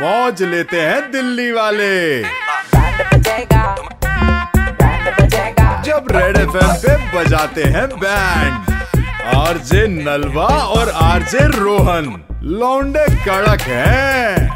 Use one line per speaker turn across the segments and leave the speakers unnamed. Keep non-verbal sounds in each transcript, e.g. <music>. मौज लेते हैं दिल्ली वाले जब रेड एफ पे बजाते हैं बैंड आरजे नलवा और आरजे रोहन लौंडे कड़क हैं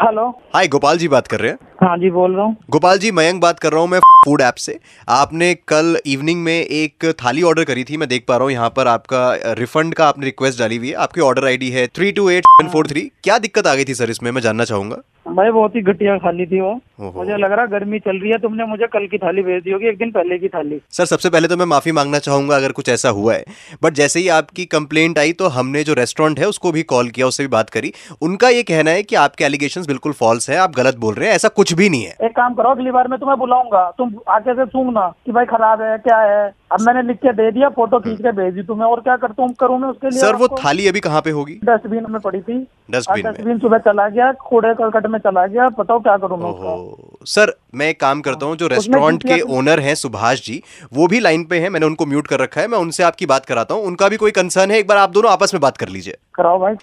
हेलो
हाय गोपाल जी बात कर रहे हैं
हाँ जी बोल रहा हूँ
गोपाल जी मयंक बात कर रहा हूँ मैं फूड ऐप से आपने कल इवनिंग में एक थाली ऑर्डर करी थी मैं देख पा रहा हूँ यहाँ पर आपका रिफंड का आपने रिक्वेस्ट डाली हुई है आपकी ऑर्डर आईडी है three two eight four three क्या दिक्कत आ गई थी सर इसमें मैं जानना चाहूंगा
भाई बहुत ही घटिया थाली थी वो
ओहो।
मुझे लग रहा गर्मी चल रही है तुमने मुझे कल की थाली भेज दी होगी एक दिन पहले की थाली
सर सबसे पहले तो मैं माफ़ी मांगना चाहूंगा अगर कुछ ऐसा हुआ है बट जैसे ही आपकी कंप्लेंट आई तो हमने जो रेस्टोरेंट है उसको भी कॉल किया उससे भी बात करी उनका ये कहना है कि आपके एलिगेशंस बिल्कुल फॉल्स है आप गलत बोल रहे हैं ऐसा कुछ भी नहीं है
एक काम करो अगली बार मैं तुम्हें बुलाऊंगा तुम आके से सूंघना कि भाई खराब है क्या है अब मैंने लिख के दे दिया फोटो खींच के भेज दी तुम्हें और क्या करता हूँ करूँ मैं उसके लिए
सर वो
आपको?
थाली अभी कहाँ पे होगी
डस्टबिन में पड़ी थी हाँ,
डस्टबिन में
डस्टबिन सुबह चला गया कूड़े करकट में चला गया बताओ क्या करूँ मैं उसका
ओहो सर मैं एक काम करता हूँ जो
उसमें
रेस्टोरेंट
किसी
के ओनर हैं सुभाष जी वो भी लाइन पे हैं मैंने उनको म्यूट कर रखा है मैं उनसे आपकी बात कराता हूँ उनका भी कोई कंसर्न है एक बार आप दोनों आपस में बात कर लीजिए
कराओ भाई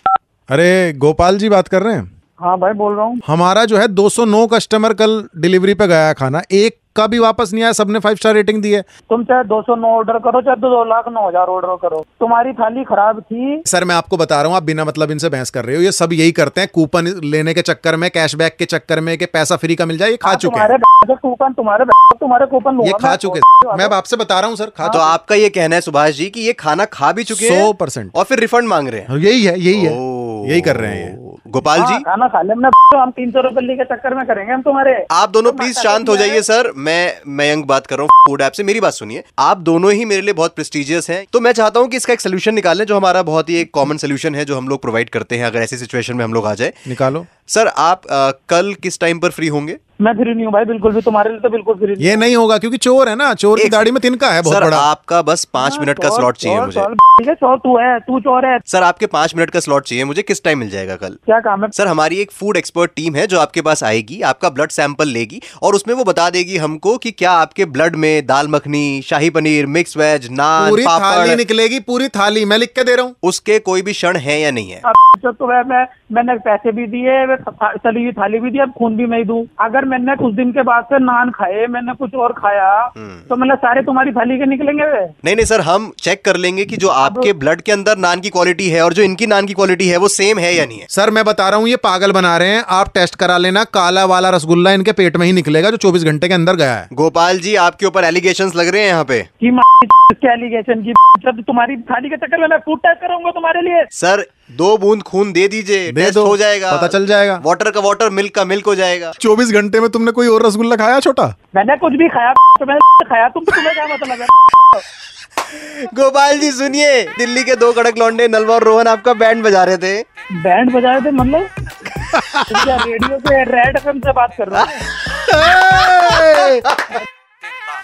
अरे गोपाल जी बात कर रहे हैं
हाँ भाई बोल रहा हूँ
हमारा जो है 209 कस्टमर कल डिलीवरी पे गया है खाना एक का भी वापस नहीं आया सबने फाइव स्टार रेटिंग दी है
तुम चाहे दो सौ नौ ऑर्डर करो चाहे दो लाख नौ हजार ऑर्डर करो तुम्हारी थाली खराब थी
सर मैं आपको बता रहा हूँ आप बिना मतलब इनसे बहस कर रहे हो ये सब यही करते हैं कूपन लेने के चक्कर में कैशबैक के चक्कर में कि पैसा फ्री का मिल जाए ये खा
हाँ,
चुके
तुम्हारे
हैं
b- के कूपन तुम्हारे b- तुम्हारे कूपन लूंगा
ये
मैं,
खा चुके हैं। मैं अब आपसे बता रहा हूँ सर खा
हाँ।
तो आपका ये कहना है सुभाष जी कि ये खाना खा भी चुके हैं
100%
और फिर रिफंड मांग रहे हैं
चुके यही है यही है
ओह।
यही कर रहे हैं ये
गोपाल
हाँ,
जी
खाना खा ले हमने b- हम तीन सौ रुपये के चक्कर में करेंगे हम तुम्हारे
आप दोनों
तो
प्लीज
माता
शांत हो
जी
जाइए
मेरे-
सर मैं मयंक बात कर रहा हूँ फूड ऐप से मेरी बात सुनिए आप दोनों ही मेरे लिए बहुत प्रेस्टिजियस हैं तो मैं चाहता हूँ कि इसका एक सोल्यूशन निकालें जो हमारा बहुत ही एक कॉमन सोल्यूशन है जो हम लोग प्रोवाइड करते हैं अगर ऐसी सिचुएशन में हम लोग आ जाए
निकालो
सर आप अ, कल किस टाइम पर फ्री होंगे
मैं फ्री नहीं हूँ भाई बिल्कुल भी तुम्हारे लिए तो बिल्कुल फ्री
ये नहीं होगा क्योंकि चोर है ना चोर की
एक-
दाढ़ी में तिनका है बहुत
सर
बड़ा
आपका बस पाँच मिनट का स्लॉट चाहिए मुझे
मुझे चोर तू है तू चोर है
सर आपके पाँच मिनट का स्लॉट चाहिए मुझे किस टाइम मिल जाएगा कल
क्या काम है
सर हमारी एक फूड एक्सपर्ट टीम है जो आपके पास आएगी आपका ब्लड सैंपल लेगी और उसमें वो बता देगी हमको कि क्या आपके ब्लड में दाल मखनी शाही पनीर मिक्स वेज नान
पूरी थाली
पापड़
निकलेगी पूरी थाली मैं लिख के दे रहा हूँ
उसके कोई भी क्षण है या नहीं है
अब जो तो है, मैं मैंने पैसे भी दिए मैं था- चली हुई थाली भी दी अब खून भी मैं ही दूं अगर मैंने कुछ दिन के बाद से नान खाए मैंने कुछ और खाया
हम्म।
तो मतलब सारे तुम्हारी थाली के निकलेंगे वे।
नहीं नहीं सर हम चेक कर लेंगे कि जो आपके ब्लड के अंदर नान की क्वालिटी है और जो इनकी नान की क्वालिटी है वो सेम है या नहीं है
सर मैं बता रहा हूँ ये पागल बना रहे हैं आप टेस्ट करा लेना काला वाला रसगुल्ला इनके पेट में ही निकलेगा जो 24 घंटे के अंदर गया है
गोपाल जी आपके ऊपर एलिगेशन लग रहे हैं यहाँ पे
की माँ की एलिगेशन की जब तुम्हारी थाली के चक्कर में मैं फूड टेस्ट करूंगा तुम्हारे लिए
सर दो बूंद खून दे दीजिए
दे
टेस्ट
दो,
हो जाएगा
पता चल जाएगा।
वाटर का वाटर मिल्क का मिल्क हो जाएगा
24 घंटे में तुमने कोई और रसगुल्ला खाया छोटा
मैंने कुछ भी खाया तो मैंने खाया तुम तुम्हें क्या मतलब है
गोपाल जी सुनिए दिल्ली के दो कड़क लौंडे नलवा और रोहन आपका बैंड बजा रहे थे
बैंड बजाए थे मतलब <laughs> तुम क्या रेडियो से रेड एफएम से बात कर रहा हूँ